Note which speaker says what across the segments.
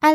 Speaker 1: 艾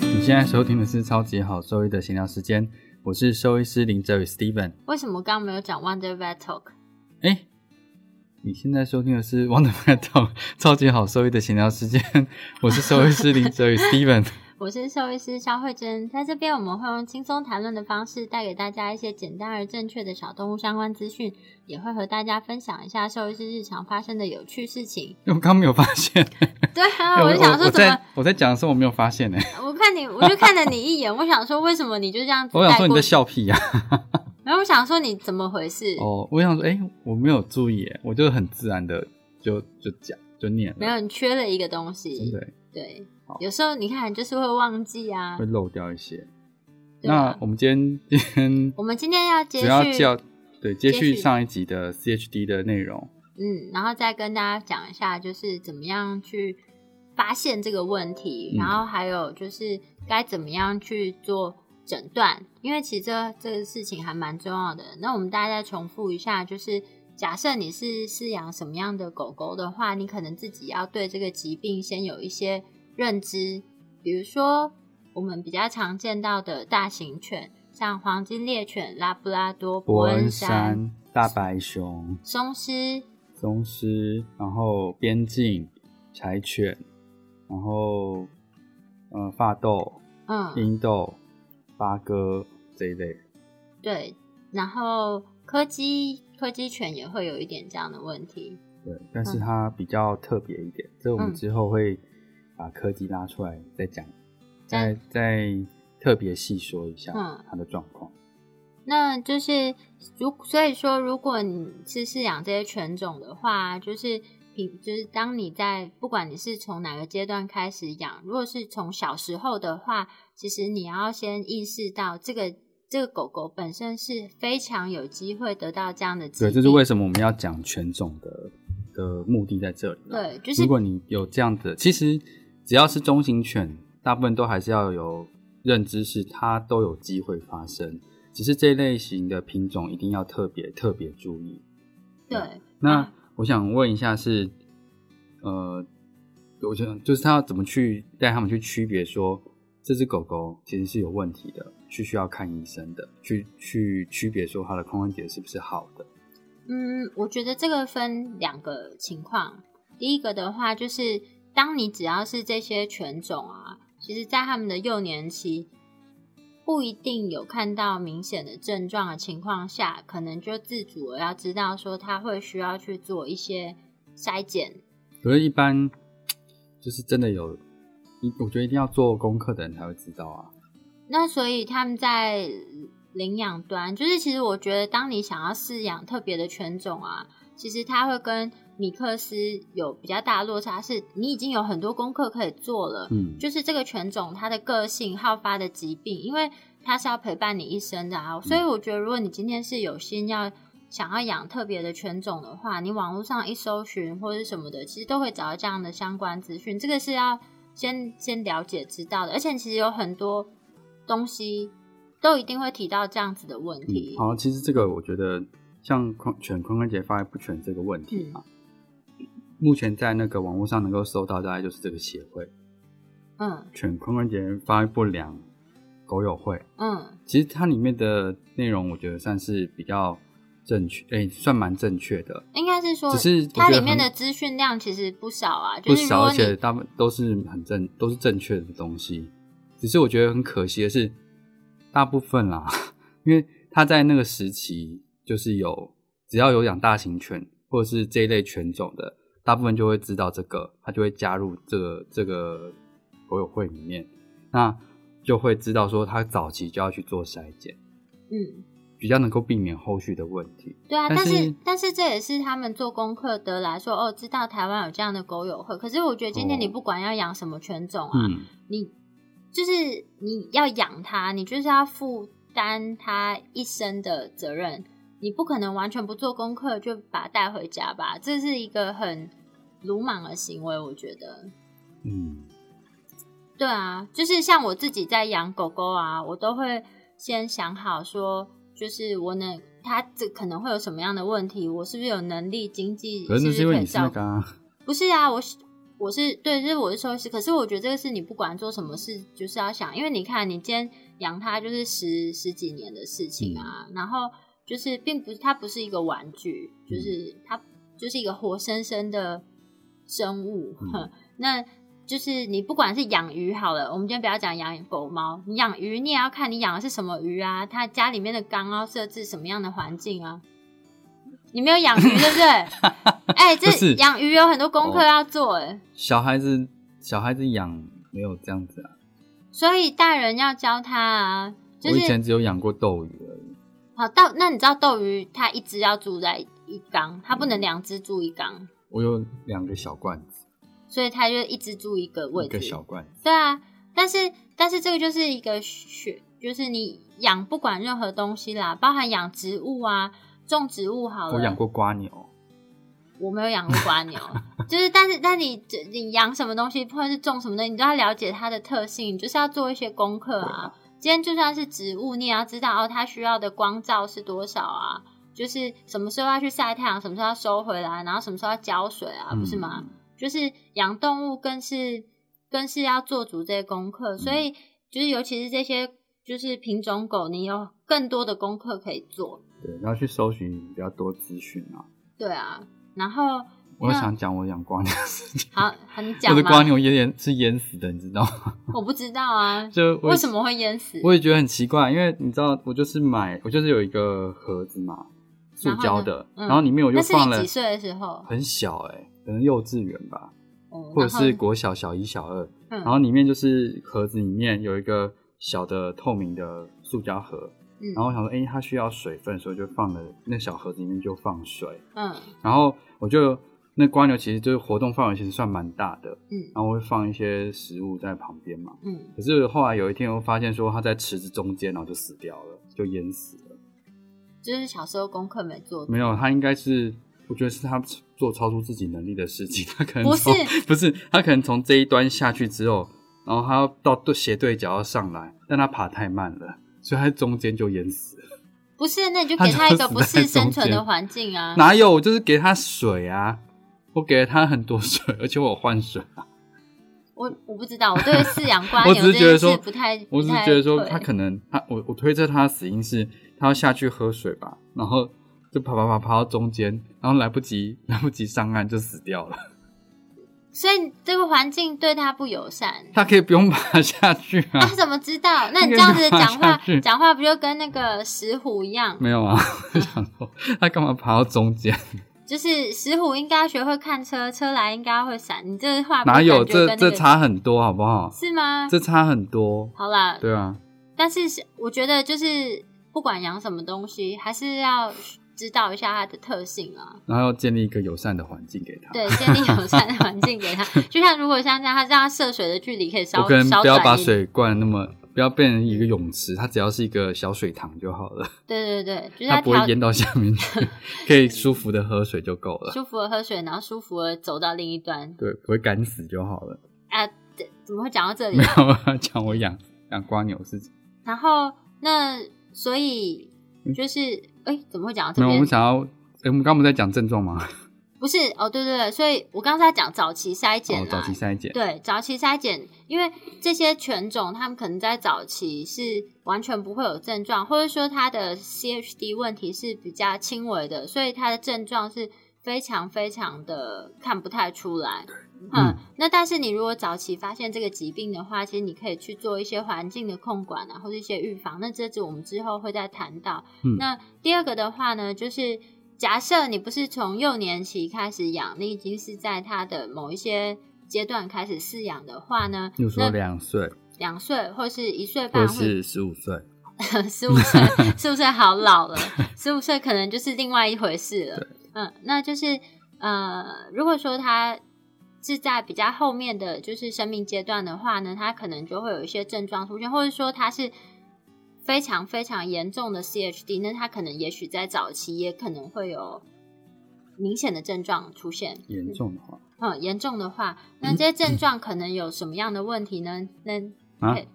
Speaker 2: 你现在收听的是《超级好兽医》的闲聊时间，我是兽医师林哲宇 Steven。
Speaker 1: 为什么刚刚没有讲 Wonder Vet Talk？
Speaker 2: 哎，你现在收听的是《Wonder Vet Talk》超 级好兽医的闲聊时间，我是兽医师林哲宇 Steven。
Speaker 1: 我是兽医师肖慧珍，在这边我们会用轻松谈论的方式，带给大家一些简单而正确的小动物相关资讯，也会和大家分享一下兽医师日常发生的有趣事 情。
Speaker 2: 我刚没有发现，
Speaker 1: 对啊，我就想
Speaker 2: 哎我
Speaker 1: 说怎么
Speaker 2: 在，我在讲的时候我没有发现呢、
Speaker 1: 我看你，我就看了你一眼，我想说为什么你就这样子
Speaker 2: 我想
Speaker 1: 带
Speaker 2: 说你
Speaker 1: 过
Speaker 2: 在
Speaker 1: 去？
Speaker 2: 笑屁呀、
Speaker 1: 然后我想说你怎么回事？
Speaker 2: 哦，我想说，哎、我没有注意耶，我就很自然的就就讲就念了，
Speaker 1: 没有，你缺了一个东
Speaker 2: 真
Speaker 1: 西。
Speaker 2: 的耶
Speaker 1: 对
Speaker 2: 好，
Speaker 1: 有时候你看就是会忘记啊
Speaker 2: 会。漏掉一些。
Speaker 1: 对
Speaker 2: 那
Speaker 1: 啊
Speaker 2: 我们今天今天
Speaker 1: 我们今天要接
Speaker 2: 主要
Speaker 1: 续，
Speaker 2: 叫对接
Speaker 1: 接
Speaker 2: 续
Speaker 1: 续
Speaker 2: 上一集的 CHD 的内容，
Speaker 1: 嗯，然后再跟大家讲一下，就是怎么样去发现这个问题，
Speaker 2: 嗯
Speaker 1: 然后还有就是该怎么样去做诊断，因为其实这这个事情还蛮重要的。那我们大家再重复一下，就是假设你是饲养什么样的狗狗的话，你可能自己要对这个疾病先有一些认知，比如说我们比较常见到的大型犬，像黄金猎犬、拉布拉多、伯
Speaker 2: 伯
Speaker 1: 恩
Speaker 2: 恩
Speaker 1: 山、
Speaker 2: 山、大白熊、
Speaker 1: 松狮。
Speaker 2: 宗师，然后边境柴犬，然后呃发豆、
Speaker 1: 嗯，
Speaker 2: 英豆、八哥这一类。
Speaker 1: 对，然后柯基柯基犬也会有一点这样的问题。
Speaker 2: 对，但是它比较特别一点，这我们
Speaker 1: 嗯
Speaker 2: 之后会把科技拉出来再讲，再
Speaker 1: 再
Speaker 2: 再特别细说一下
Speaker 1: 嗯
Speaker 2: 它的状况。
Speaker 1: 那就是如所以说，如果你是饲养这些犬种的话，就是平就是当你在不管你是从哪个阶段开始养，如果是从小时候的话，其实你要先意识到这个这个狗狗本身是非常有机会得到这样的疾
Speaker 2: 对，
Speaker 1: 病。
Speaker 2: 这是为什么我们要讲犬种的的目的在这里。，
Speaker 1: 对，就是
Speaker 2: 如果你有这样的，其实只要是中型犬，大部分都还是要有认知，是它都有机会发生，只是这类型的品种一定要特别特别注意。
Speaker 1: 对。
Speaker 2: 那
Speaker 1: 嗯
Speaker 2: 我想问一下是，呃，我想就是他要怎么去带他们去区别说这只狗狗其实是有问题的，是需要看医生的，去去区别说它的髋关节是不是好的。
Speaker 1: 嗯，我觉得这个分两个情况。第一个的话，就是当你只要是这些犬种啊，其实在他们的幼年期不一定有看到明显的症状的情况下，可能就自主的要知道说它会需要去做一些筛检。
Speaker 2: 可是，一般就是真的有，一我觉得一定要做功课的人才会知道啊。
Speaker 1: 那所以他们在领养端，就是其实我觉得，当你想要饲养特别的犬种啊，其实它会跟米克斯有比较大的落差，是你已经有很多功课可以做了，
Speaker 2: 嗯，
Speaker 1: 就是这个犬种它的个性、好发的疾病，因为它是要陪伴你一生的啊。
Speaker 2: 嗯
Speaker 1: 所以我觉得，如果你今天是有心要想要养特别的犬种的话，你网络上一搜寻或者什么的，其实都会找到这样的相关资讯。这个是要先先了解知道的，而且其实有很多东西都一定会提到这样子的问
Speaker 2: 嗯
Speaker 1: 题。
Speaker 2: 好，其实这个我觉得像髋犬髋关节发育不全这个问
Speaker 1: 嗯
Speaker 2: 题啊，目前在那个网络上能够搜到，大概就是这个协会。
Speaker 1: 嗯
Speaker 2: 犬髋关节发育不良狗友会，
Speaker 1: 嗯
Speaker 2: 其实它里面的内容我觉得算是比较正确，哎、算蛮正确的，
Speaker 1: 应该是说
Speaker 2: 只是我
Speaker 1: 它
Speaker 2: 觉得
Speaker 1: 里面
Speaker 2: 很
Speaker 1: 的资讯量其实不少啊，
Speaker 2: 不
Speaker 1: 就是如
Speaker 2: 少，
Speaker 1: 果
Speaker 2: 而
Speaker 1: 你
Speaker 2: 且大部分都是很正，都是正确的东西。只是我觉得很可惜的是，大部分啦，因为他在那个时期就是有只要有养大型犬或者是这一类犬种的，大部分就会知道这个，他就会加入这个这个狗友会里面，那就会知道说他早期就要去做筛检，
Speaker 1: 嗯。
Speaker 2: 比较能够避免后续的问题。
Speaker 1: 对啊，
Speaker 2: 但
Speaker 1: 但
Speaker 2: 是
Speaker 1: 是但是这也是他们做功课得来说，哦，知道台湾有这样的狗友会。可是我觉得今天
Speaker 2: 哦
Speaker 1: 你不管要养什么犬种啊，
Speaker 2: 嗯，
Speaker 1: 你就是你要养它，你就是要负担它一生的责任，你不可能完全不做功课就把它带回家吧？这是一个很鲁莽的行为，我觉得。
Speaker 2: 嗯，
Speaker 1: 对啊，就是像我自己在养狗狗啊，我都会先想好说，就是我能它这可能会有什么样的问题，我是不是有能力经济，
Speaker 2: 可是那
Speaker 1: 不
Speaker 2: 是
Speaker 1: 是
Speaker 2: 因
Speaker 1: 可
Speaker 2: 为
Speaker 1: 以
Speaker 2: 你是那
Speaker 1: 照
Speaker 2: 个、啊，
Speaker 1: 不是啊，我是我是对，就是我是收拾。可是我觉得这个是你不管做什么事，就是要想，因为你看你今天养它就是十十几年的事情啊，然后就是并不它不是一个玩具，就是它就是一个活生生的生物。
Speaker 2: 嗯
Speaker 1: 那就是你不管是养鱼好了，我们今天不要讲养狗猫，你养鱼你也要看你养的是什么鱼啊，它家里面的缸要设置什么样的环境啊。你没有养鱼对不对？ 哎、
Speaker 2: 不是
Speaker 1: 这养鱼有很多功课
Speaker 2: 哦
Speaker 1: 要做哎、
Speaker 2: 小孩子小孩子养没有这样子啊，
Speaker 1: 所以大人要教他啊。就
Speaker 2: 我以
Speaker 1: 是
Speaker 2: 前只有养过斗鱼而已，
Speaker 1: 好到那你知道斗鱼它一只要住在一缸，它不能两只住一缸，
Speaker 2: 我有两个小罐子，
Speaker 1: 所以它就一只住一个位
Speaker 2: 一
Speaker 1: 置
Speaker 2: 个。小罐子，
Speaker 1: 对啊，但是但是这个就是一个学，就是你养不管任何东西啦，包含养植物啊，种植物好了。
Speaker 2: 我哦养过瓜牛，
Speaker 1: 我没有养过瓜牛， 就是但是但你你养什么东西或者是种什么东西，你都要了解它的特性，你就是要做一些功课
Speaker 2: 对
Speaker 1: 啊
Speaker 2: 啊。
Speaker 1: 今天就算是植物，你也要知道哦，它需要的光照是多少啊，就是什么时候要去晒太阳，什么时候要收回来，然后什么时候要浇水啊，不是吗？
Speaker 2: 嗯？
Speaker 1: 就是养动物更是更是要做足这些功
Speaker 2: 嗯
Speaker 1: 课，所以就是尤其是这些就是品种狗，你有更多的功课可以做。
Speaker 2: 对，然后去搜寻比较多资讯啊。
Speaker 1: 对啊，然后
Speaker 2: 我
Speaker 1: 那
Speaker 2: 想讲我养瓜牛的事情，
Speaker 1: 好，很
Speaker 2: 我
Speaker 1: 讲
Speaker 2: 的
Speaker 1: 嘛，
Speaker 2: 瓜牛也淹是淹死的，你知道吗？
Speaker 1: 我不知道啊，
Speaker 2: 就我
Speaker 1: 为什么会淹死？
Speaker 2: 我也觉得很奇怪，因为你知道，我就是买，我就是有一个盒子嘛，塑胶的，
Speaker 1: 然后呢嗯
Speaker 2: 然后里面我就
Speaker 1: 那是
Speaker 2: 放了
Speaker 1: 你几岁的时候？
Speaker 2: 很小哎、可能幼稚园吧，
Speaker 1: 哦
Speaker 2: 或者是
Speaker 1: 然后
Speaker 2: 国小小一、小二，
Speaker 1: 嗯
Speaker 2: 然后里面就是盒子里面有一个小的透明的塑胶盒，
Speaker 1: 嗯
Speaker 2: 然后我想说，哎、它需要水分，所以就放了那小盒子里面就放水，
Speaker 1: 嗯
Speaker 2: 然后我就那瓜牛其实就是活动范围其实算蛮大的，
Speaker 1: 嗯
Speaker 2: 然后我会放一些食物在旁边嘛。
Speaker 1: 嗯，
Speaker 2: 可是后来有一天，我发现说它在池子中间，然后就死掉了，就淹死了。
Speaker 1: 就是小时候功课没做，
Speaker 2: 没有，它应该是，我觉得是它做超出自己能力的事情。 它可能
Speaker 1: 不
Speaker 2: 从
Speaker 1: 是
Speaker 2: 不是，它可能从这一端下去之后，然后它要到对斜对角要上来，但它爬太慢了，所以它在中间就淹死了。
Speaker 1: 不是，那你就
Speaker 2: 他
Speaker 1: 给
Speaker 2: 就
Speaker 1: 他一个
Speaker 2: 死
Speaker 1: 不
Speaker 2: 在
Speaker 1: 是生
Speaker 2: 中
Speaker 1: 存的
Speaker 2: 间
Speaker 1: 环境啊。
Speaker 2: 哪有？我就是给它水啊，我给了它很多水，而且我有换水。
Speaker 1: 我我不知道，我对饲养瓜牛
Speaker 2: 我只是
Speaker 1: 这
Speaker 2: 觉
Speaker 1: 件
Speaker 2: 得
Speaker 1: 事
Speaker 2: 说
Speaker 1: 不太，
Speaker 2: 我
Speaker 1: 不
Speaker 2: 只是
Speaker 1: 太
Speaker 2: 觉得说
Speaker 1: 会
Speaker 2: 他可能他我我推测他的死因是他要下去喝水吧，然后就爬爬爬爬到中间，然后来不及来不及上岸就死掉了。
Speaker 1: 所以这个环境对他不友 善。
Speaker 2: 他可以不用爬下去啊
Speaker 1: 他，怎么知道？那你这样子讲话，讲话不就跟那个石虎一样？
Speaker 2: 没有啊， 我想说他干嘛爬到中间？
Speaker 1: 就是石虎应该学会看车，车来应该会闪。你这话不
Speaker 2: 哪有
Speaker 1: 感觉
Speaker 2: 这
Speaker 1: 跟那
Speaker 2: 这
Speaker 1: 个
Speaker 2: 差很多好不好？
Speaker 1: 是啊吗？
Speaker 2: 这差很多，
Speaker 1: 好啦，
Speaker 2: 对啊，
Speaker 1: 但是是我觉得就是不管养什么东西，还是要知道一下它的特性啊。
Speaker 2: 然后要建立一个友善的环境给他。
Speaker 1: 对，建立友善的环境 给它。就像如果像这样，它让它涉水的距离可以稍
Speaker 2: 我可能
Speaker 1: 稍
Speaker 2: 不要把
Speaker 1: 短一点。
Speaker 2: 水灌得那么，不要变成一个泳池，它只要是一个小水塘就好了。
Speaker 1: 对对对，就是
Speaker 2: 它
Speaker 1: 它
Speaker 2: 不会
Speaker 1: 调
Speaker 2: 淹到下面 去，可以舒服的喝水就够了。
Speaker 1: 舒服的喝水，然后舒服的走到另一端。
Speaker 2: 对，不会赶死就好了。
Speaker 1: 啊，这怎么会讲到这里
Speaker 2: 没？有我要讲我养养瓜牛的事情，
Speaker 1: 然后那所以就是，哎、怎么会讲到这
Speaker 2: 没有，我
Speaker 1: 边
Speaker 2: 们？想要，诶我们刚不是在讲症状吗？
Speaker 1: 不是哦，对对对，所以我刚才在讲早期筛检
Speaker 2: 哦
Speaker 1: 啊，，
Speaker 2: 早期筛检，
Speaker 1: 对，早期筛检，因为这些犬种它们可能在早期是完全不会有症状，或者说它的 CHD 问题是比较轻微的，所以它的症状是非常非常的看不太出来。嗯
Speaker 2: 嗯，
Speaker 1: 那但是你如果早期发现这个疾病的话，其实你可以去做一些环境的控管啊，或者一些预防。那这只我们之后会再谈到。
Speaker 2: 嗯
Speaker 1: 那第二个的话呢，就是假设你不是从幼年期开始养，你已经是在它的某一些阶段开始饲养的话呢，
Speaker 2: 又说
Speaker 1: 那
Speaker 2: 两岁
Speaker 1: 两岁或是一岁
Speaker 2: 或
Speaker 1: 半，
Speaker 2: 是十五岁，
Speaker 1: 十五岁，十五岁好老 了，十五岁可能就是另外一回事了。嗯，那就是呃，如果说他是在比较后面的就是生命阶段的话呢，它可能就会有一些症状出现，或者说它是非常非常严重的 CHD，那它可能也许在早期也可能会有明显的症状出现。
Speaker 2: 严重的话
Speaker 1: 嗯，严重的话，
Speaker 2: 嗯
Speaker 1: 那这些症状可能有什么样的问题呢？那
Speaker 2: 啊
Speaker 1: 可以，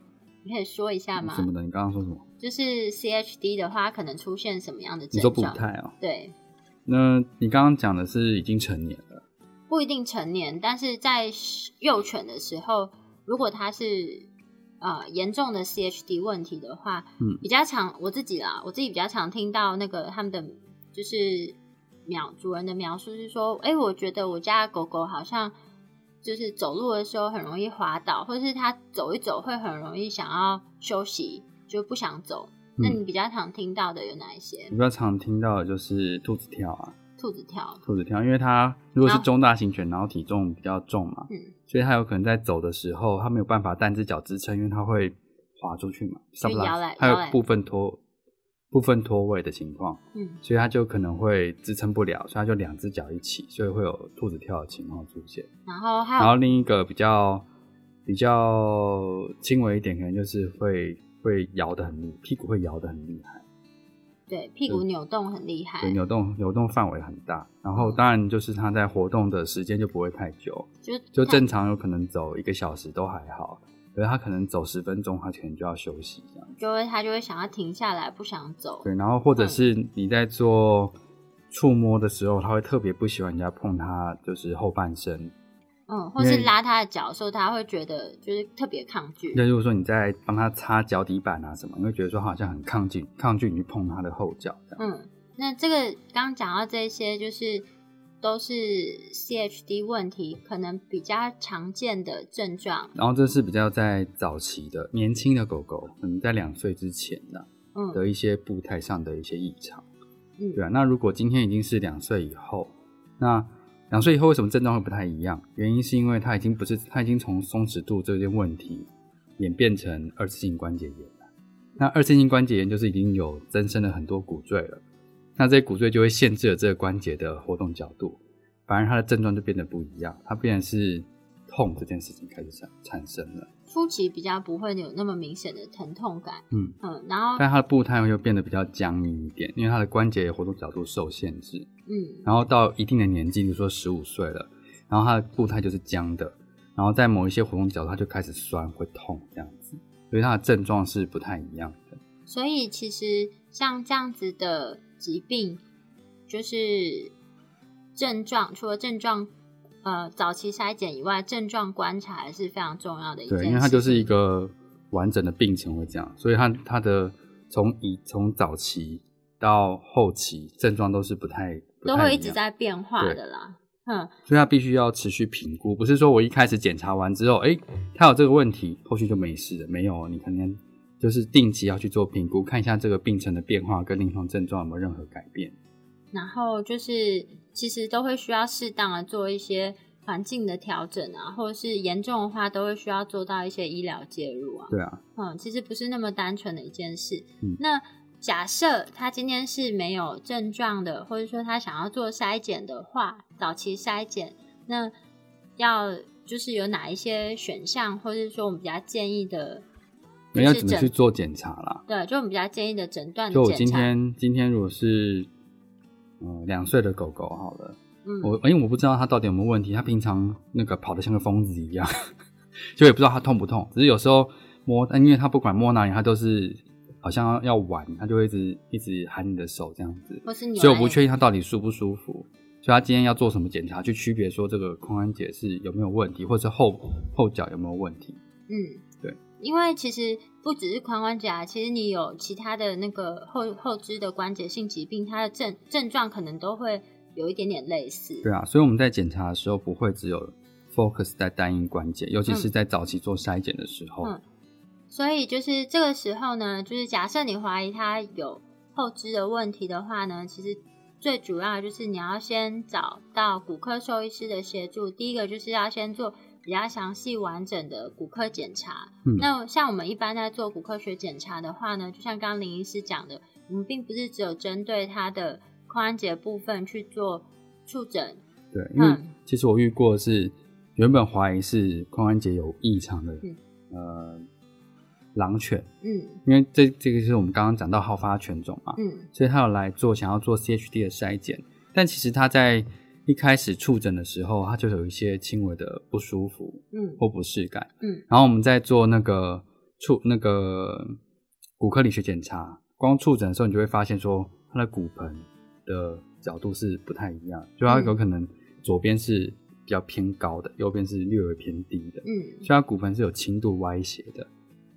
Speaker 1: 你可以说一下吗
Speaker 2: 什？么的，你刚刚说什么？
Speaker 1: 就是 CHD 的话，可能出现什么样的
Speaker 2: 你
Speaker 1: 症
Speaker 2: 说
Speaker 1: 状？
Speaker 2: 补态哦？
Speaker 1: 对，
Speaker 2: 那你刚刚讲的是已经成年了，
Speaker 1: 不一定成年，但是在幼犬的时候，如果它是呃严重的 CHD 问题的话，
Speaker 2: 嗯
Speaker 1: 比较常我自己啦，我自己比较常听到那个他们的就是描主人的描述是说，哎、我觉得我家的狗狗好像就是走路的时候很容易滑倒，或是它走一走会很容易想要休息，就不想走。
Speaker 2: 嗯
Speaker 1: 那你比较常听到的有哪一些
Speaker 2: 你？比较常听到的就是兔子跳啊，
Speaker 1: 兔子跳，
Speaker 2: 兔子跳，因为它如果是
Speaker 1: 啊
Speaker 2: 中大型犬，然后体重比较重嘛，
Speaker 1: 嗯
Speaker 2: 所以它有可能在走的时候，它没有办法单只脚支撑，因为它会滑出去嘛，上不
Speaker 1: 摇来
Speaker 2: 来，还
Speaker 1: 摇来
Speaker 2: 有部分脱部分脱位的情况，
Speaker 1: 嗯，
Speaker 2: 所以它就可能会支撑不了，所以它就两只脚一起，所以会有兔子跳的情况出现。
Speaker 1: 然后还有
Speaker 2: 然后另一个比较比较轻微一点，可能就是会会摇的很厉，屁股会摇的很厉害，
Speaker 1: 对，屁股扭动很厉害，
Speaker 2: 嗯对，扭动扭动范围很大。然后当然就是它在活动的时间就不会太久，
Speaker 1: 就
Speaker 2: 就
Speaker 1: 它
Speaker 2: 正常有可能走一个小时都还好，可是它可能走十分钟，它可能就要休息这样。
Speaker 1: 就会它就会想要停下来，不想走。
Speaker 2: 对，然后或者是你在做触摸的时候，它会特别不喜欢人家碰它，就是后半身。
Speaker 1: 嗯，或
Speaker 2: 因
Speaker 1: 是
Speaker 2: 为
Speaker 1: 拉它的脚的时候，它会觉得就是特别抗拒。
Speaker 2: 那如果说你在帮它擦脚底板啊什么，你会觉得说它好像很抗拒，抗拒你去碰它的后脚这样。
Speaker 1: 嗯，那这个刚刚讲到这些，就是都是 CHD 问题可能比较常见的症状。
Speaker 2: 然后这是比较在早期的年轻的狗狗，可能在两岁之前呢、
Speaker 1: 嗯
Speaker 2: 的一些步态上的一些异常。
Speaker 1: 嗯
Speaker 2: 对啊，那如果今天已经是两岁以后，那两岁以后为什么症状会不太一样？原因是因为它已经不是，它已经从松弛度这件问题演变成二次性关节炎了。那二次性关节炎就是已经有增生了很多骨赘了，那这些骨赘就会限制了这个关节的活动角度，反而它的症状就变得不一样，它变成是痛这件事情开始产产生了。
Speaker 1: 初期比较不会有那么明显的疼痛感。
Speaker 2: 嗯
Speaker 1: 嗯，然后
Speaker 2: 但它的步态又变得比较僵硬一点，因为它的关节活动角度受限制。
Speaker 1: 嗯
Speaker 2: 然后到一定的年纪，比如说十五岁了，然后它的步态就是僵的，然后在某一些活动角度，它就开始酸会痛这样子，所以它的症状是不太一样的。
Speaker 1: 所以其实像这样子的疾病，就是症状，除了症状，呃，早期筛检以外，症状观察也是非常重要的一件事
Speaker 2: 对，
Speaker 1: 情。
Speaker 2: 因为它就是一个完整的病程会这样，所以它它的从以从早期到后期症状都是不太不
Speaker 1: 都
Speaker 2: 太样
Speaker 1: 会一直在变化的啦。嗯，
Speaker 2: 所以他必须要持续评估，不是说我一开始检查完之后，哎、他有这个问题，后续就没事了，没有哦，你可能就是定期要去做评估，看一下这个病程的变化跟临床症状有没有任何改变。
Speaker 1: 然后就是其实都会需要适当的做一些环境的调整啊，或者是严重的话，都会需要做到一些医疗介入啊。
Speaker 2: 对啊，
Speaker 1: 嗯，其实不是那么单纯的一件事。
Speaker 2: 嗯
Speaker 1: 那假设他今天是没有症状的，或者说他想要做筛检的话，早期筛检，那要就是有哪一些选项，或者是说我们比较建议的，
Speaker 2: 那
Speaker 1: 就
Speaker 2: 要
Speaker 1: 是
Speaker 2: 怎么
Speaker 1: 诊
Speaker 2: 去做检查啦？
Speaker 1: 对，就我们比较建议的诊断的
Speaker 2: 就我
Speaker 1: 检
Speaker 2: 今
Speaker 1: 查。
Speaker 2: 天今天如果是嗯两岁的狗狗好了，
Speaker 1: 嗯，
Speaker 2: 我因为我不知道它到底有没有问题，它平常那个跑得像个疯子一样， 就也不知道它痛不痛，只是有时候摸，但因为它不管摸哪里，它都是好像要要玩，它就会一直一直喊你的手这样子，
Speaker 1: 或是扭
Speaker 2: 所以我
Speaker 1: 来
Speaker 2: 不确定它到底舒不舒服，所以它今天要做什么检查去区别说这个髋关节是有没有问题，或是后后脚有没有问题，
Speaker 1: 嗯，
Speaker 2: 对，
Speaker 1: 因为其实不只是髋关节啊，其实你有其他的那个后后肢的关节性疾病，它的症症状可能都会有一点点类似。
Speaker 2: 对啊，所以我们在检查的时候不会只有 focus 在单一关节，尤其是在早期做筛检的时候，
Speaker 1: 嗯所以就是这个时候呢，就是假设你怀疑它有后肢的问题的话呢，其实最主要的就是你要先找到骨科兽医师的协助。第一个就是要先做比较详细完整的骨科检查。
Speaker 2: 嗯
Speaker 1: 那像我们一般在做骨科学检查的话呢，就像刚刚林医师讲的，我们并不是只有针对它的髋关节部分去做触诊。
Speaker 2: 对，因为
Speaker 1: 嗯
Speaker 2: 其实我遇过的是原本怀疑是髋关节有异常的，
Speaker 1: 嗯
Speaker 2: 呃，狼犬，
Speaker 1: 嗯
Speaker 2: 因为这这个是我们刚刚讲到好发犬种嘛，
Speaker 1: 嗯
Speaker 2: 所以他有来做想要做 CHD 的筛检，但其实他在一开始触诊的时候，他就有一些轻微的不舒服
Speaker 1: 嗯
Speaker 2: 或不适感，
Speaker 1: 嗯，
Speaker 2: 然后我们在做那个触那个骨科理学检查，光触诊的时候，你就会发现说他的骨盆的角度是不太一样，就它
Speaker 1: 嗯
Speaker 2: 有可能左边是比较偏高的，右边是略微偏低的，
Speaker 1: 嗯
Speaker 2: 所以它骨盆是有轻度歪斜的。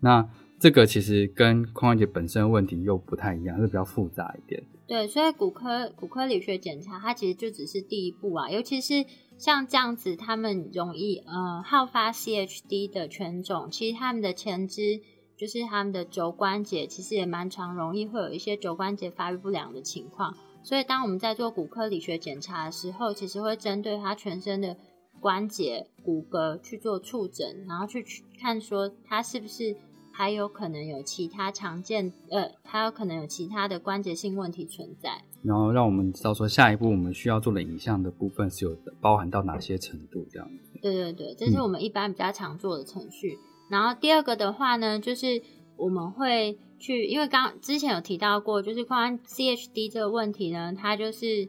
Speaker 2: 那这个其实跟髋关节本身的问题又不太一样，是比较复杂一点。
Speaker 1: 对，所以骨科骨科理学检查它其实就只是第一步啊，尤其是像这样子，他们容易呃好发 CHD 的犬种，其实他们的前肢就是他们的肘关节，其实也蛮常容易会有一些肘关节发育不良的情况。所以当我们在做骨科理学检查的时候，其实会针对它全身的关节、骨骼去做触诊，然后去去看说它是不是还有可能有其他常见呃，还有可能有其他的关节性问题存在。
Speaker 2: 然后让我们知道说下一步我们需要做的影像的部分是有包含到哪些程度这样子。
Speaker 1: 对对对，这是
Speaker 2: 嗯
Speaker 1: 我们一般比较常做的程序。然后第二个的话呢，就是我们会去，因为刚之前有提到过，就是髋关 CHD 这个问题呢，它就是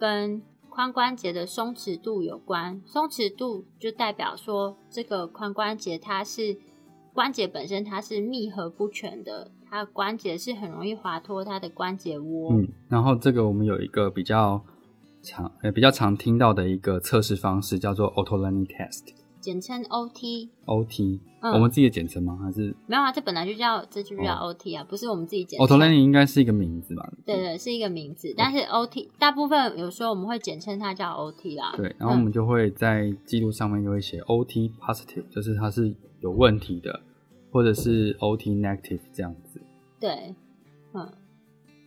Speaker 1: 跟髋关节的松弛度有关。松弛度就代表说这个髋关节它是关节本身它是密合不全的，它的关节是很容易滑脱它的关节窝。
Speaker 2: 嗯，然后这个我们有一个比较常呃比较常听到的一个测试方式叫做 Otolani Test（OT）。
Speaker 1: 简称 OT。嗯
Speaker 2: 我们自己的简称吗？还是
Speaker 1: 没有啊，这本来就叫这就叫
Speaker 2: 哦
Speaker 1: OT 啊，不是我们自己简称。
Speaker 2: Otolani 应该是一个名字吧？
Speaker 1: 对对，是一个名字，但是 OT 大部分有时候我们会简称它叫 OT 啦。
Speaker 2: 对，然后我们就会在记录上面就会写 OT positive，就是它是有问题的，或者是 OT negative 这样子。
Speaker 1: 对，嗯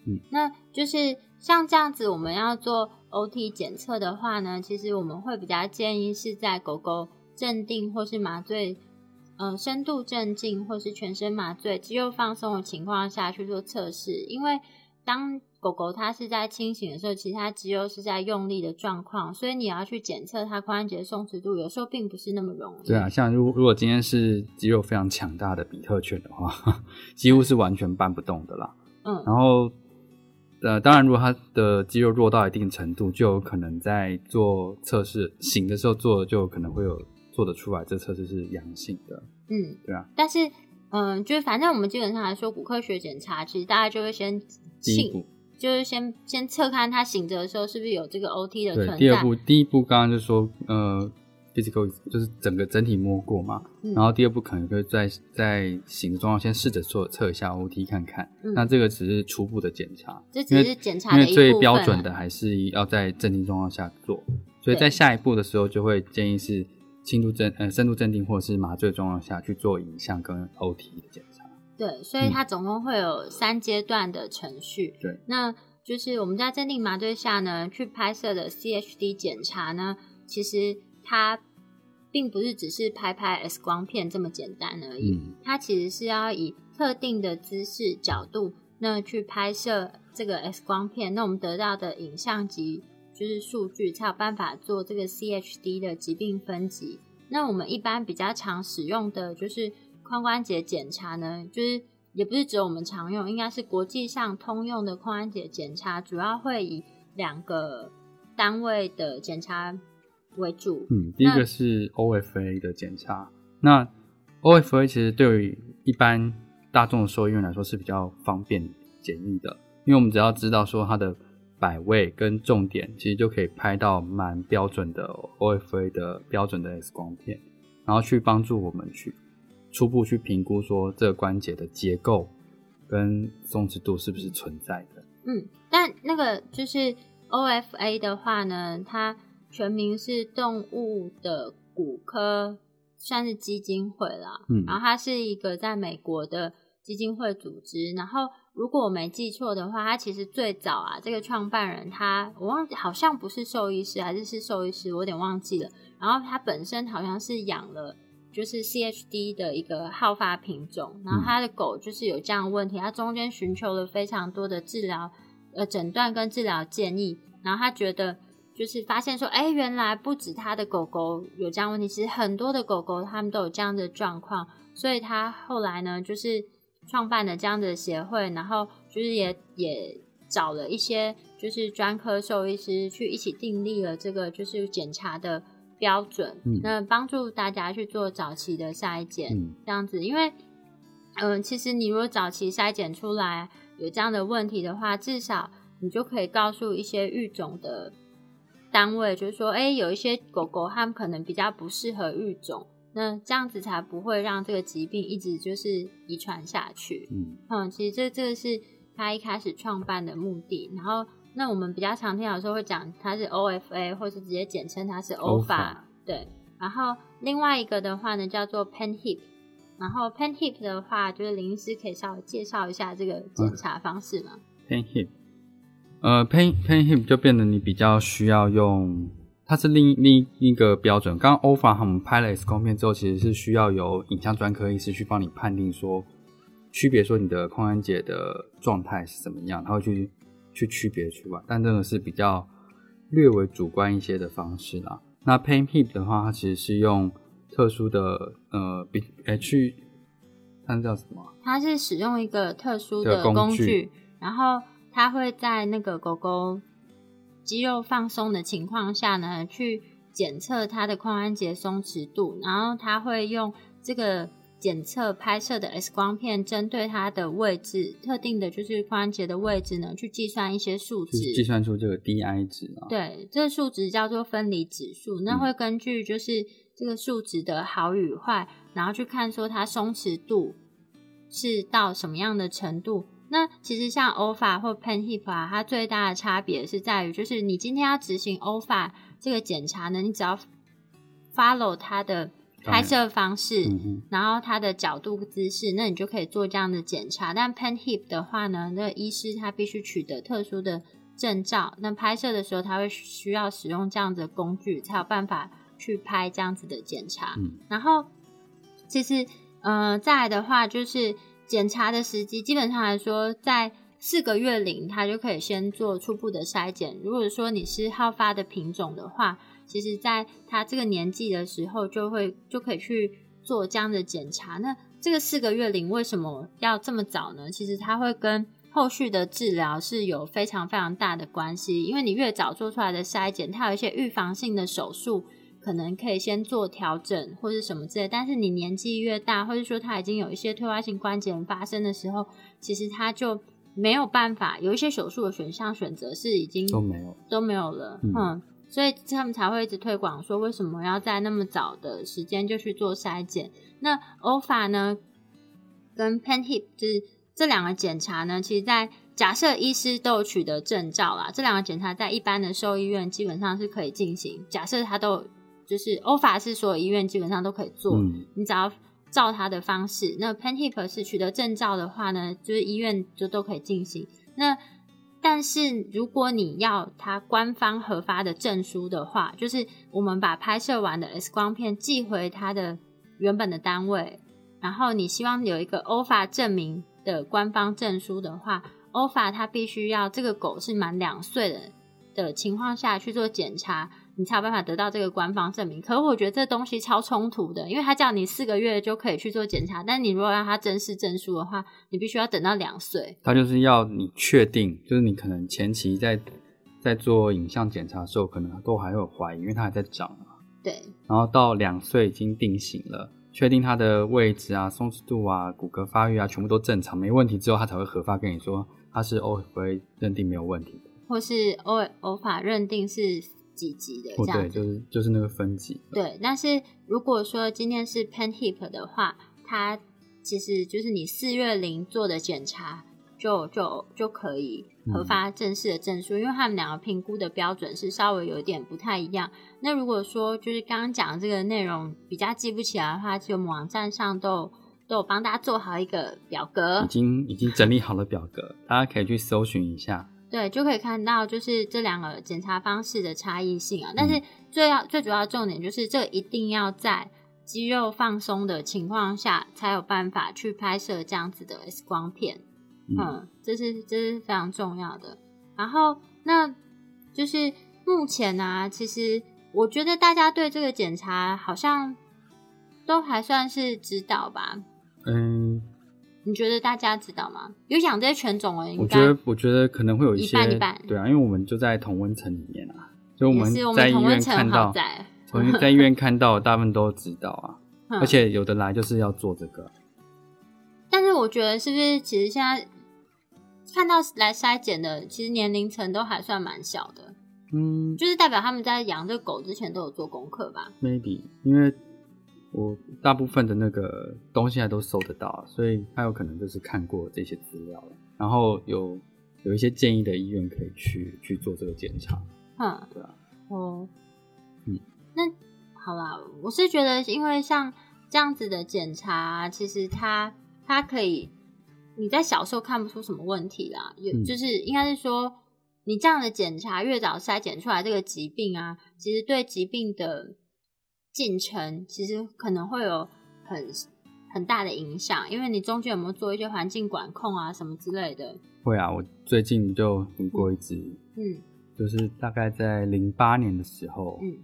Speaker 2: 嗯
Speaker 1: 那就是像这样子，我们要做 OT 检测的话呢，其实我们会比较建议是在狗狗镇定或是麻醉，呃，深度镇静或是全身麻醉、肌肉放松的情况下去做测试，因为当狗狗它是在清醒的时候，其实它肌肉是在用力的状况，所以你要去检测它髋关节松弛度，有时候并不是那么容易。
Speaker 2: 对啊，像如如果今天是肌肉非常强大的比特犬的话， 几乎是完全搬不动的啦。
Speaker 1: 嗯，
Speaker 2: 然后，呃，当然，如果它的肌肉弱到一定程度，就有可能在做测试醒的时候做，就有可能会有做得出来，这测试是阳性的。
Speaker 1: 嗯，
Speaker 2: 对啊。
Speaker 1: 但是，嗯、就是反正我们基本上来说，骨科学检查其实大家就会先
Speaker 2: 第一
Speaker 1: 醒，
Speaker 2: 步，
Speaker 1: 就是先先测看他醒着的时候是不是有这个 OT 的存在。
Speaker 2: 对，第二步，第一步刚刚就说，呃，physical 就是整个整体摸过嘛，
Speaker 1: 嗯
Speaker 2: 然后第二步可能会在在醒的状况先试着做测一下 OT 看看，
Speaker 1: 嗯
Speaker 2: 那这个只是初步的检查，
Speaker 1: 这只
Speaker 2: 因为
Speaker 1: 是检查的
Speaker 2: 因为
Speaker 1: 一
Speaker 2: 最
Speaker 1: 部分
Speaker 2: 标
Speaker 1: 啊
Speaker 2: 准的还是要在镇定状况下做，所
Speaker 1: 对
Speaker 2: 以在下一步的时候就会建议是轻度镇呃深度镇定或者是麻醉状况下去做影像跟 OT 的检查。
Speaker 1: 对，所以它总共会有三阶段的程序。
Speaker 2: 嗯对，
Speaker 1: 那就是我们在镇定麻醉下呢，去拍摄的 CHD 检查呢，其实它并不是只是拍拍 X 光片这么简单而已，
Speaker 2: 嗯，
Speaker 1: 它其实是要以特定的姿势角度，那去拍摄这个 X 光片，那我们得到的影像级就是数据，才有办法做这个 CHD 的疾病分级。那我们一般比较常使用的就是髋关节检查呢，就是也不是只有我们常用，应该是国际上通用的髋关节检查，主要会以两个单位的检查为主。
Speaker 2: 嗯，第一个是 OFA 的检查。那 OFA 其实对于一般大众的受益人来说是比较方便简易的，因为我们只要知道说它的摆位跟重点，其实就可以拍到蛮标准的 OFA 的标准的 X 光片，然后去帮助我们去初步去评估说这个关节的结构跟松弛度是不是存在的。
Speaker 1: 嗯，但那个就是 OFA 的话呢，它全名是动物的骨科，算是基金会啦。
Speaker 2: 嗯
Speaker 1: 然后它是一个在美国的基金会组织。然后如果我没记错的话，它其实最早啊，这个创办人他我忘记好像不是兽医师，还是是兽医师，我有点忘记了。然后他本身好像是养了。就是 CHD 的一个好发品种，然后他的狗就是有这样的问题，他中间寻求了非常多的治疗，呃，诊断跟治疗建议，然后他觉得就是发现说，哎、原来不止他的狗狗有这样问题，其实很多的狗狗它们都有这样的状况，所以他后来呢，就是创办了这样的协会，然后就是也也找了一些就是专科兽医师去一起订立了这个就是检查的标准，
Speaker 2: 嗯
Speaker 1: 那帮助大家去做早期的筛检。
Speaker 2: 嗯
Speaker 1: 这样子，因为嗯、呃其实你如果早期筛检出来有这样的问题的话，至少你就可以告诉一些育种的单位，就是说，哎、有一些狗狗它们可能比较不适合育种，那这样子才不会让这个疾病一直就是遗传下去。
Speaker 2: 嗯
Speaker 1: 嗯，其实这这个是他一开始创办的目的。然后，那我们比较常听到的时候会讲它是 OFA，或是直接简称它是
Speaker 2: OFA
Speaker 1: OFA。对，然后另外一个的话呢叫做 PanHip。然后 PanHip 的话，就是林医师可以稍微介绍一下这个检查方式嘛？
Speaker 2: ，pain hip，呃，pain pain hip 就变得你比较需要用，它是另另一个标准。刚刚 OFA 我们拍了 X 光片之后，其实是需要由影像专科医师去帮你判定说，区别说你的髋关节的状态是怎么样，然后去去区别出来。但这个是比较略为主观一些的方式啦。那 pain hip 的话，它其实是用特殊的呃，比诶去，它那叫什么啊？
Speaker 1: 它是使用一个特殊
Speaker 2: 这
Speaker 1: 的
Speaker 2: 个工
Speaker 1: 具，
Speaker 2: 具
Speaker 1: 然后它会在那个狗狗肌肉放松的情况下呢，去检测它的髋关节松弛度，然后它会用这个检测拍摄的 X 光片，针对它的位置特定的，就是髋关节的位置呢，去计算一些数
Speaker 2: 就
Speaker 1: 值，
Speaker 2: 是计算出这个 DI 值啊。
Speaker 1: 对，这个数值叫做分离指数，那
Speaker 2: 嗯
Speaker 1: 会根据就是这个数值的好与坏，然后去看说它松弛度是到什么样的程度。那其实像 OFA 或 PanHip 啊，它最大的差别是在于，就是你今天要执行 OFA 这个检查呢，你只要 follow 它的拍摄方式，
Speaker 2: 嗯哼，
Speaker 1: 然后它的角度姿势，那你就可以做这样的检查。但 pen hip 的话呢，那医师他必须取得特殊的证照，那拍摄的时候他会需要使用这样子的工具，才有办法去拍这样子的检查。
Speaker 2: 嗯
Speaker 1: 然后其实，呃，再来的话就是检查的时机，基本上来说，在四个月龄，它就可以先做初步的筛检。如果说你是好发的品种的话，其实在它这个年纪的时候，就会就可以去做这样的检查。那这个四个月龄为什么要这么早呢？其实它会跟后续的治疗是有非常非常大的关系，因为你越早做出来的筛检，它有一些预防性的手术，可能可以先做调整或是什么之类。但是你年纪越大，或者说它已经有一些退化性关节炎发生的时候，其实它就没有办法，有一些手术的选项选择是已经
Speaker 2: 都没有。
Speaker 1: 都没有了，嗯
Speaker 2: 嗯
Speaker 1: 所以他们才会一直推广说为什么要在那么早的时间就去做筛检。那 OFA 呢，跟 PanHip 就是这两个检查呢，其实在假设医师都有取得证照啦，这两个检查在一般的兽医院基本上是可以进行。假设他都有就是 OFA 是所有医院基本上都可以做，
Speaker 2: 嗯
Speaker 1: 你只要照他的方式。那 PanHip 是取得证照的话呢，就是医院就都可以进行。那但是如果你要它官方核发的证书的话，就是我们把拍摄完的 X 光片寄回它的原本的单位，然后你希望有一个 OFA 证明的官方证书的话，OFA 它必须要这个狗是满两岁的的情况下去做检查，你才有办法得到这个官方证明。可是我觉得这东西超冲突的，因为他叫你四个月就可以去做检查，但你如果让他正式证书的话，你必须要等到两岁。
Speaker 2: 它就是要你确定，就是你可能前期在在做影像检查的时候，可能都还会有怀疑，因为它还在长嘛。
Speaker 1: 对，
Speaker 2: 然后到两岁已经定型了，确定它的位置啊、松弛度啊、骨骼发育啊，全部都正常，没问题之后，它才会核发跟你说它是 OFA 认定没有问题的。
Speaker 1: 或是欧欧法认定是几级的
Speaker 2: 哦，
Speaker 1: 这样
Speaker 2: 对，
Speaker 1: 子。
Speaker 2: 就是就是那个分级。
Speaker 1: 对，但是如果说今天是 pen hip 的话，它其实就是你四月龄做的检查就就就可以核发正式的证书，因为他们两个评估的标准是稍微有一点不太一样。那如果说就是刚刚讲的这个内容比较记不起来的话，其实我们网站上都有都有帮大家做好一个表格
Speaker 2: 已，经已经整理好了表格，大家可以去搜寻一下。
Speaker 1: 对，就可以看到就是这两个检查方式的差异性啊。但
Speaker 2: 嗯
Speaker 1: 是最要、最主要的重点就是，这一定要在肌肉放松的情况下，才有办法去拍摄这样子的 X 光片。
Speaker 2: 嗯
Speaker 1: 嗯，这是这是非常重要的。然后那就是目前啊，其实我觉得大家对这个检查好像都还算是知道吧？
Speaker 2: 嗯，
Speaker 1: 你觉得大家知道吗？有养这些犬种的，应
Speaker 2: 我
Speaker 1: 该
Speaker 2: 觉得我觉得可能会有
Speaker 1: 一
Speaker 2: 些
Speaker 1: 半一半
Speaker 2: 对啊，因为我们就在同温层里面啊，所以我
Speaker 1: 也
Speaker 2: 们
Speaker 1: 是我
Speaker 2: 在
Speaker 1: 们
Speaker 2: 医
Speaker 1: 同温
Speaker 2: 院
Speaker 1: 层
Speaker 2: 看
Speaker 1: 好
Speaker 2: 到，
Speaker 1: 在，
Speaker 2: 从在医院看到的大部分都知道啊，
Speaker 1: 嗯
Speaker 2: 而且有的来就是要做这个，
Speaker 1: 但是我觉得是不是其实现在看到来筛检的，其实年龄层都还算蛮小的，
Speaker 2: 嗯
Speaker 1: 就是代表他们在养这个狗之前都有做功课吧？
Speaker 2: ，maybe 因为我大部分的那个东西还都搜得到，啊所以他有可能就是看过这些资料了，然后有有一些建议的医院可以去去做这个检查，
Speaker 1: 嗯，
Speaker 2: 对啊，
Speaker 1: 哦，
Speaker 2: 嗯，
Speaker 1: 那好啦，我是觉得，因为像这样子的检查，其实它它可以你在小时候看不出什么问题啦，有、
Speaker 2: 嗯
Speaker 1: 就是应该是说，你这样的检查越早筛检出来这个疾病啊，其实对疾病的进程其实可能会有很很大的影响，因为你中间有没有做一些环境管控啊什么之类的，
Speaker 2: 会啊，我最近就读过一只。
Speaker 1: 嗯
Speaker 2: 就是大概在零八年的时候，
Speaker 1: 嗯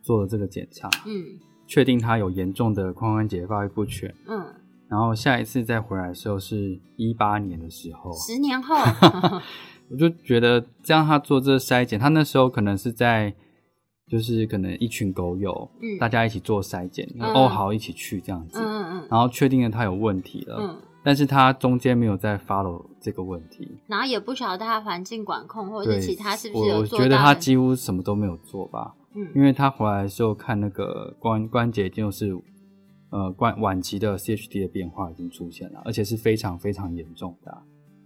Speaker 2: 做了这个检查，
Speaker 1: 嗯
Speaker 2: 确定它有严重的髋关节发育不全，
Speaker 1: 嗯，
Speaker 2: 然后下一次再回来的时候是一八年的时候，啊
Speaker 1: 十年 后，
Speaker 2: 我就觉得这样他做这个筛检，他那时候可能是在就是可能一群狗友，
Speaker 1: 嗯
Speaker 2: 大家一起做筛检，
Speaker 1: 嗯
Speaker 2: 哦好一起去这样子，
Speaker 1: 嗯嗯嗯
Speaker 2: 然后确定了他有问题了，
Speaker 1: 嗯。
Speaker 2: 但是他中间没有再 follow 这个问题，
Speaker 1: 然后也不晓得它的环境管控或者
Speaker 2: 对
Speaker 1: 哦是其他是不是
Speaker 2: 我
Speaker 1: 有
Speaker 2: 我
Speaker 1: 做
Speaker 2: 觉得
Speaker 1: 到
Speaker 2: 他
Speaker 1: 的
Speaker 2: 几乎什么都没有做吧，因
Speaker 1: 嗯
Speaker 2: 为他回来的时候看那个关关节就是呃关晚期的 CHD 的变化已经出现了，而且是非常非常严重的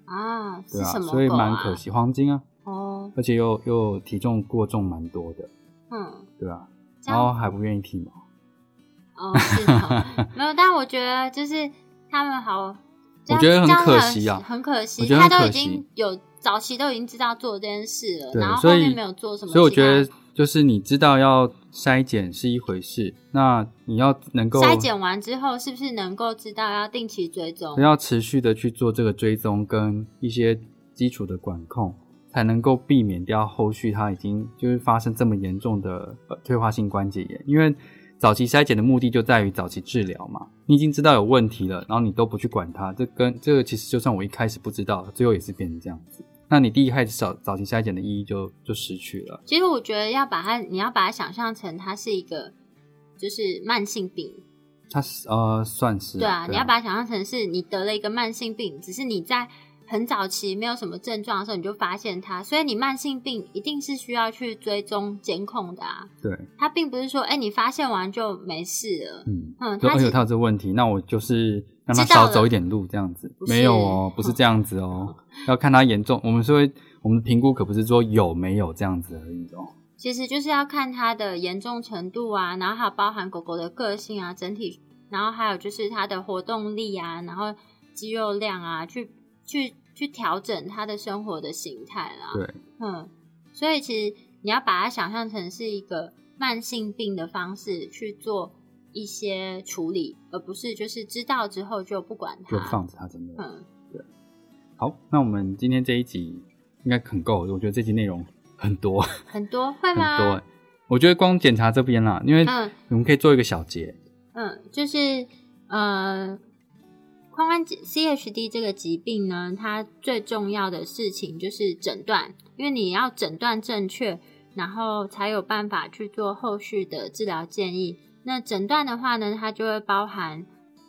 Speaker 2: 啊、
Speaker 1: 啊是
Speaker 2: 对啊，
Speaker 1: 什么
Speaker 2: 所以
Speaker 1: 狗
Speaker 2: 蛮
Speaker 1: 啊
Speaker 2: 可惜，黄金啊，
Speaker 1: 哦，
Speaker 2: 而且又又体重过重蛮多的，
Speaker 1: 嗯，
Speaker 2: 对吧、
Speaker 1: 这
Speaker 2: 然后
Speaker 1: 样
Speaker 2: 还不愿意剃毛，
Speaker 1: 哦是的，没有，但我觉得就是他们好，这样
Speaker 2: 觉得很
Speaker 1: 这样
Speaker 2: 可惜啊
Speaker 1: 很可惜，
Speaker 2: 我觉得
Speaker 1: 他
Speaker 2: 很
Speaker 1: 都已
Speaker 2: 可惜
Speaker 1: 经有早期都已经知道做这件事了，
Speaker 2: 对
Speaker 1: 然，后
Speaker 2: 所
Speaker 1: 后
Speaker 2: 以
Speaker 1: 面没有做什么其他，
Speaker 2: 所以我觉得就是你知道要筛检是一回事，那你要能够
Speaker 1: 筛检完之后是不是能够知道要定期追踪
Speaker 2: 不？要持续的去做这个追踪跟一些基础的管控，才能够避免掉后续它已经就是发生这么严重的、呃、退化性关节炎。因为早期筛检的目的就在于早期治疗嘛，你已经知道有问题了，然后你都不去管它，这跟这个其实就算我一开始不知道，最后也是变成这样子。那你第一开始早早期筛检的意义就就失去了。
Speaker 1: 其实我觉得要把它，你要把它想象成它是一个就是慢性病，
Speaker 2: 它是呃算是
Speaker 1: 对啊，你要把它想象成是你得了一个慢性病，只是你在很早期没有什么症状的时候你就发现它，所以你慢性病一定是需要去追踪监控的啊。
Speaker 2: 对，
Speaker 1: 它并不是说，哎、你发现完就没事了。
Speaker 2: 嗯。
Speaker 1: 嗯，
Speaker 2: 说
Speaker 1: 它
Speaker 2: 哎
Speaker 1: 是
Speaker 2: 呦，他有这个问题，那我就是让他
Speaker 1: 知道
Speaker 2: 少
Speaker 1: 了
Speaker 2: 走一点路这样子。
Speaker 1: 不是嗯
Speaker 2: 没有哦，不是这样子哦，要看他严重。我们是会，我们的评估可不是说有没有这样子而已哦。
Speaker 1: 其实就是要看它的严重程度啊，然后还有包含狗狗的个性啊，整体，然后还有就是它的活动力啊，然后肌肉量啊，去去去调整它的生活的形态啦。
Speaker 2: 对，
Speaker 1: 嗯，所以其实你要把它想象成是一个慢性病的方式去做一些处理，而不是就是知道之后就不管
Speaker 2: 就
Speaker 1: 它。
Speaker 2: 放着他真的。
Speaker 1: 嗯，
Speaker 2: 好，那我们今天这一集应该很够，我觉得这集内容很多很
Speaker 1: 很多会吗？
Speaker 2: 多欸。我觉得光检查这边啦，因为
Speaker 1: 啊嗯
Speaker 2: 我们可以做一个小结。
Speaker 1: 嗯，就是呃，髋关节 CHD 这个疾病呢，它最重要的事情就是诊断，因为你要诊断正确，然后才有办法去做后续的治疗建议。那诊断的话呢，它就会包含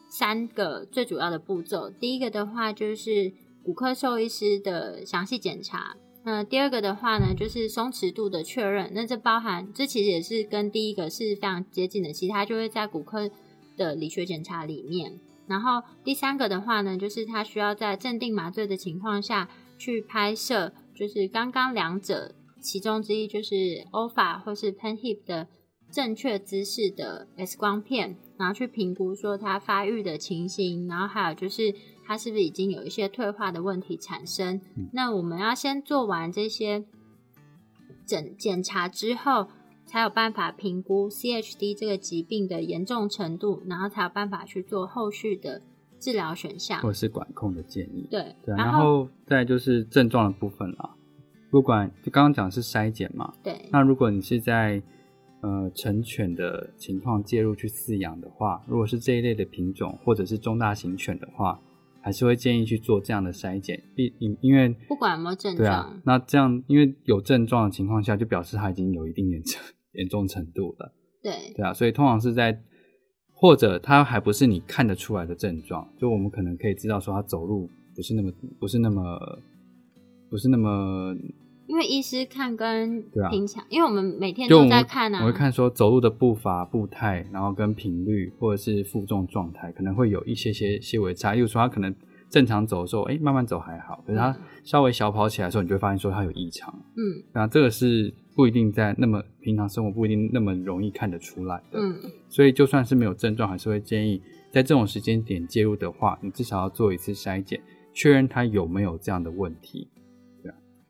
Speaker 1: 三个最主要的步骤。第一个的话就是骨科兽医师的详细检查。那呃第二个的话呢，就是松弛度的确认。那这包含这其实也是跟第一个是非常接近的，其他就会在骨科的理学检查里面。然后第三个的话呢，就是它需要在镇定麻醉的情况下去拍摄，就是刚刚两者其中之一就是 OFA 或是 Pen Hip 的正确姿势的 X 光片，然后去评估说它发育的情形，然后还有就是它是不是已经有一些退化的问题产生。那我们要先做完这些检检查之后，才有办法评估 CHD 这个疾病的严重程度，然后才有办法去做后续的治疗选项
Speaker 2: 或。者是管控的建议。
Speaker 1: 对，
Speaker 2: 哦对啊，
Speaker 1: 然
Speaker 2: 然后再来就是症状的部分啦。不管就刚刚讲是筛检嘛，
Speaker 1: 对，
Speaker 2: 那如果你是在呃成犬的情况介入去饲养的话，如果是这一类的品种或者是中大型犬的话，还是会建议去做这样的筛检，毕因因为
Speaker 1: 不管有没有症
Speaker 2: 对啊
Speaker 1: 状，，
Speaker 2: 那这样因为有症状的情况下，就表示它已经有一定严重严重程度了，
Speaker 1: 对
Speaker 2: 对啊，所以通常是在或者它还不是你看得出来的症状，就我们可能可以知道说它走路不是那么不是那么不是那么
Speaker 1: 因为医师看跟
Speaker 2: 对啊
Speaker 1: 平常，因为我们每天
Speaker 2: 就我
Speaker 1: 都
Speaker 2: 们
Speaker 1: 在看啊，
Speaker 2: 我会看说走路的步伐、步态，然后跟频率或者是负重状态，可能会有一些些些微差。例如说，他可能正常走的时候，哎、慢慢走还好，可是他
Speaker 1: 嗯
Speaker 2: 稍微小跑起来的时候，你就会发现说他有异常。
Speaker 1: 嗯
Speaker 2: 那这个是不一定在那么平常生活不一定那么容易看得出来的。
Speaker 1: 嗯，
Speaker 2: 所以就算是没有症状，还是会建议在这种时间点介入的话，你至少要做一次筛检，确认他有没有这样的问题。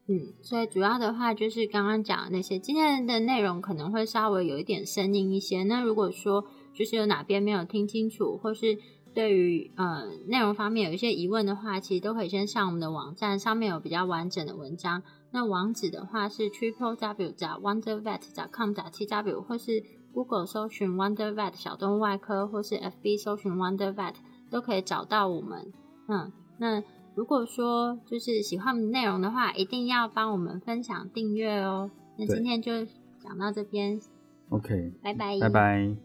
Speaker 1: 嗯，所以主要的话就是刚刚讲的那些，今天的内容可能会稍微有一点生硬一些。那如果说就是有哪边没有听清楚，或是对于呃内容方面有一些疑问的话，其实都可以先上我们的网站，上面有比较完整的文章。那网址的话是 triple w 加 wonder vet 加 com 加 t w 或是 Google 搜寻 Wonder Vet 小动物外科，或是 FB 搜寻 Wonder Vet 都可以找到我们。嗯，那如果说就是喜欢我们的内容的话，一定要帮我们分享订阅哦。那
Speaker 2: 对
Speaker 1: 今天就讲到这边，
Speaker 2: OK，
Speaker 1: 拜拜，
Speaker 2: 拜拜。